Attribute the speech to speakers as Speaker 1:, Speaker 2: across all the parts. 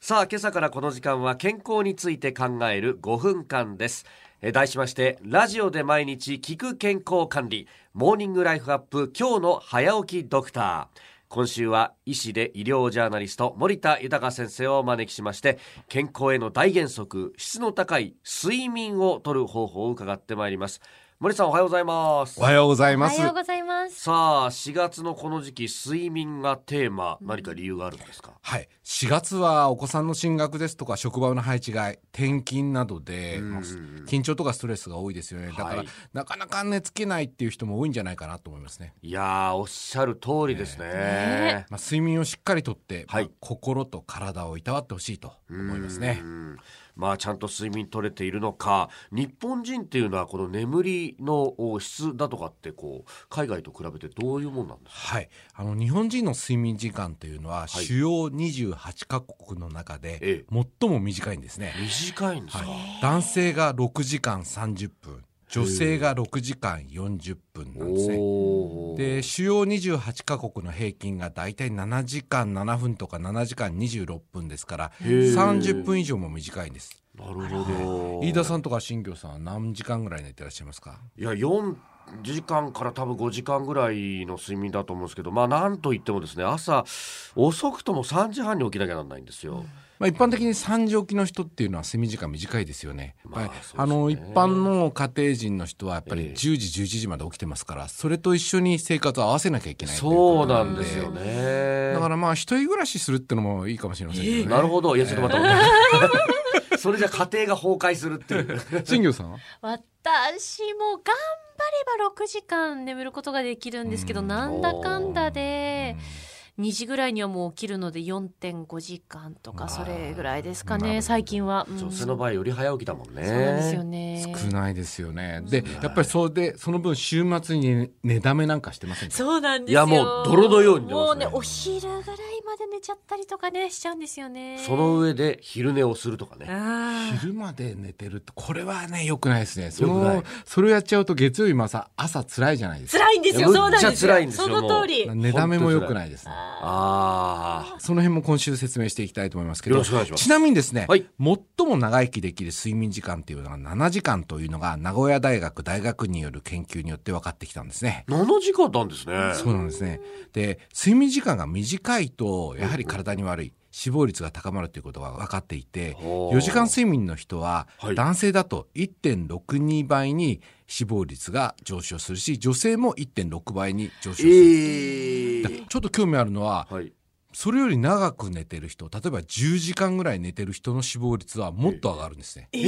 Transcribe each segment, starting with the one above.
Speaker 1: さあ今朝からこの時間は健康について考える5分間ですえー題しましてラジオで毎日聞く健康管理モーニングライフアップ今日の早起きドクター今週は医師で医療ジャーナリスト森田豊先生をお招きしまして健康への大原則質の高い睡眠をとる方法を伺ってまいります森さんおはようございます
Speaker 2: おはようござい
Speaker 3: お
Speaker 2: ま
Speaker 3: は
Speaker 2: す。
Speaker 3: ようございます。
Speaker 1: さあ4月のこの時期睡眠がテーマ何か理由があるんですか、
Speaker 2: はい、4月はお子さんの進学ですとか職場の配置が転勤などで、まあ緊張とかストレスが多いですよねだから、
Speaker 1: はい
Speaker 2: なかなか寝つけないっていう人も多いんじゃないかなと思いますね、
Speaker 1: いやーおっしゃる通りですね。
Speaker 3: ね
Speaker 2: まあ、睡眠をしっかりとって、
Speaker 1: はい
Speaker 2: まあ心と体をいたわってほしいと思いますね
Speaker 1: うんまあちゃんと睡眠取れているのか日本人っていうのはこの眠りのお質だとかってこう海外と比べてどういうもんなんですか
Speaker 2: はい、あの日本人の睡眠時間というのは、主要28カ国の中
Speaker 1: え
Speaker 2: で最も短いんですね、
Speaker 1: 短いんですか、
Speaker 2: はい、男性が6時間30分女性が6時間40分なんですね
Speaker 1: おー
Speaker 2: で主要28カ国の平均がだいたい7時間7分とか7時間26分ですから
Speaker 1: ー
Speaker 2: 30分以上も短いんです
Speaker 1: なるほど
Speaker 2: 飯田さんとか新庄さんは何時間ぐらい寝てらっしゃいますか
Speaker 1: いや4時間から多分5時間ぐらいの睡眠だと思うんですけどまあなんといってもですね朝遅くとも3時半に起きなきゃなんないんですよ。
Speaker 2: まあ、一般的に3時起きの人っていうのは睡眠時間短いですよね。
Speaker 1: まあ
Speaker 2: はい
Speaker 1: そうですね
Speaker 2: あの一般の家庭人の人はやっぱ
Speaker 1: ええ
Speaker 2: り10時11時まで起きてますからそれと一緒に生活を合わせなきゃいけないってい
Speaker 1: そう
Speaker 2: こと
Speaker 1: なんですよね。
Speaker 2: だからまあ一人暮らしするってのもいいかもしれませんけどね。
Speaker 1: なるほど。いや、ちょっと待って待って。 それじゃ家庭が崩壊するっていう。
Speaker 2: 新業さんは
Speaker 3: 私も頑張れば6時間眠ることができるんですけど、
Speaker 2: うん
Speaker 3: なんだかんだで2時ぐらいにはもう起きるので4.5時間とかそれぐらいですか
Speaker 2: なるほ
Speaker 3: ね。
Speaker 2: ど
Speaker 3: 最近は。うん
Speaker 1: 女性
Speaker 3: そう
Speaker 1: の場合より早起きだもんね。
Speaker 3: なんですよね。
Speaker 2: 少ないですよね。でやっぱりそれでその分週末に寝だめなんかしてませんか
Speaker 3: そうなんです
Speaker 1: いや
Speaker 3: よ。
Speaker 1: もう泥のように出ま
Speaker 3: も
Speaker 1: す
Speaker 3: う
Speaker 1: ね
Speaker 3: ねお昼ぐらいまで寝ちゃったりとかねしちゃうんですよね。
Speaker 1: その上で昼寝をするとかね。
Speaker 3: あー
Speaker 2: 昼まで寝てるってこれはね良くないですねそ
Speaker 1: 良くない
Speaker 2: のそれをやっちゃうと月曜日も朝朝辛いじゃないですか
Speaker 3: 辛いんですよ。
Speaker 1: いや
Speaker 3: そうなんですよ。
Speaker 1: むっちゃ辛いんですよ
Speaker 3: その通り。
Speaker 2: 寝だめも良くないですね
Speaker 1: あ
Speaker 2: その辺も今週説明していきたいと思いますけど
Speaker 1: よろしくお願いします
Speaker 2: ちなみにですね、
Speaker 1: はい
Speaker 2: 最も長生きできる睡眠時間っていうのが7時間というのが名古屋大学大学による研究によって分かってきたんですね
Speaker 1: あ。7時間なんですね。
Speaker 2: そうなんですね。で、睡眠時間が短いと、やはり体に悪い。死亡率が高まるということが分かっていて、
Speaker 1: ほう
Speaker 2: 4時間睡眠の人は
Speaker 1: はい、
Speaker 2: 男性だと1.62倍に死亡率が上昇するし、女性も1.6倍に上昇す
Speaker 1: え
Speaker 2: る。
Speaker 1: ー
Speaker 2: だちょっと興味あるのは、
Speaker 1: はい。
Speaker 2: それより長く寝てる人、例えば10時間ぐらい寝てる人の死亡率はもっと上がるんですね。
Speaker 3: え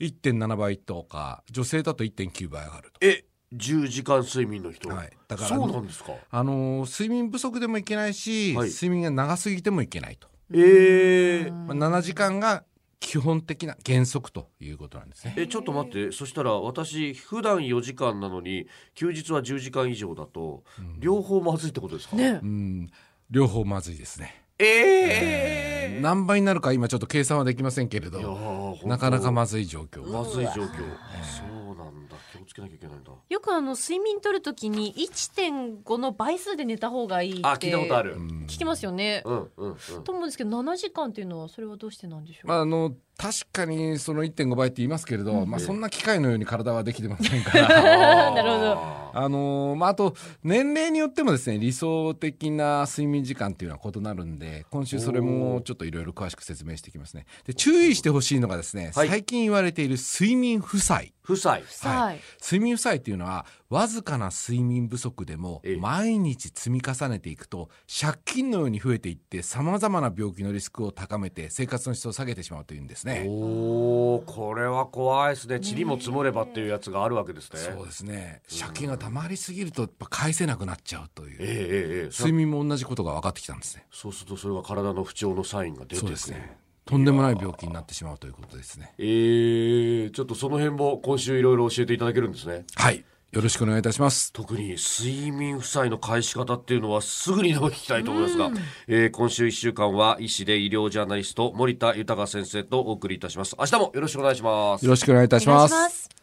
Speaker 2: 1.7倍とか、女性だと1.9倍上がると。
Speaker 1: え、10時間睡眠の人。
Speaker 2: はいだから
Speaker 1: そうなんですか。
Speaker 2: あのー睡眠不足でもいけないし、
Speaker 1: はい
Speaker 2: 睡眠が長すぎてもいけないと。
Speaker 1: えー。
Speaker 2: まあ、7時間が基本的な原則ということなんですね。
Speaker 1: えちょっと待ってそしたら私普段4時間なのに休日は10時間以上だと両方まずいってことですか、
Speaker 3: ね
Speaker 2: う。ん、両方まずいですね。
Speaker 1: ええー
Speaker 2: 何倍になるか今ちょっと計算はできませんけれ
Speaker 1: いやー
Speaker 2: ど、
Speaker 1: 本当
Speaker 2: なかなかまずい状況
Speaker 1: ま
Speaker 2: が。
Speaker 1: ずい状況そうなんだ気をつけなきゃいけないんだ
Speaker 3: よくあの睡眠取るときに1.5の倍数で寝た方がいいって
Speaker 1: あ聞いたことあるうん
Speaker 3: 聞きますよね、
Speaker 1: うん うん
Speaker 3: と思うんですけど7時間っていうのはそれはどうしてなんでしょう、
Speaker 2: まあ、あの確かにその1.5倍って言いますけれど、まあ、そんな機械のように体はできてませんから
Speaker 3: なるほど
Speaker 1: ほ
Speaker 2: あのーまあ、あと年齢によってもですね理想的な睡眠時間っていうのは異なるんで今週それもちょっといろいろ詳しく説明していきますねで注意してほしいのがですね、
Speaker 1: はい
Speaker 2: 最近言われている睡眠負債
Speaker 1: 夫妻
Speaker 3: さあ
Speaker 2: 睡眠負債っていうのはわずかな睡眠不足でも
Speaker 1: ええ
Speaker 2: 毎日積み重ねていくと借金のように増えていってさまざまな病気のリスクを高めて生活の質を下げてしまうというんですね。
Speaker 1: おおこれは怖いですね塵も積もればっていうやつがあるわけですね
Speaker 2: そうですね借金がたまりすぎるとやっぱ返せなくなっちゃうという
Speaker 1: ええええええ
Speaker 2: 睡眠も同じことが分かってきたんですね。
Speaker 1: そうするとそれが体の不調のサインが出てく
Speaker 2: そう
Speaker 1: る
Speaker 2: ですね。とんでもない病気になってしまうということですね。
Speaker 1: ええちょっとその辺も今週いろいろ教えていただけるんですね
Speaker 2: はい。よろしくお願いいたします。
Speaker 1: 特に睡眠負債の返し方っていうのはすぐにでも聞きたいと思いますが、えー今週1週間は医師で医療ジャーナリスト森田豊先生とお送りいたします明日もよろしくお願いします
Speaker 2: よろしくお願いいたします。
Speaker 3: す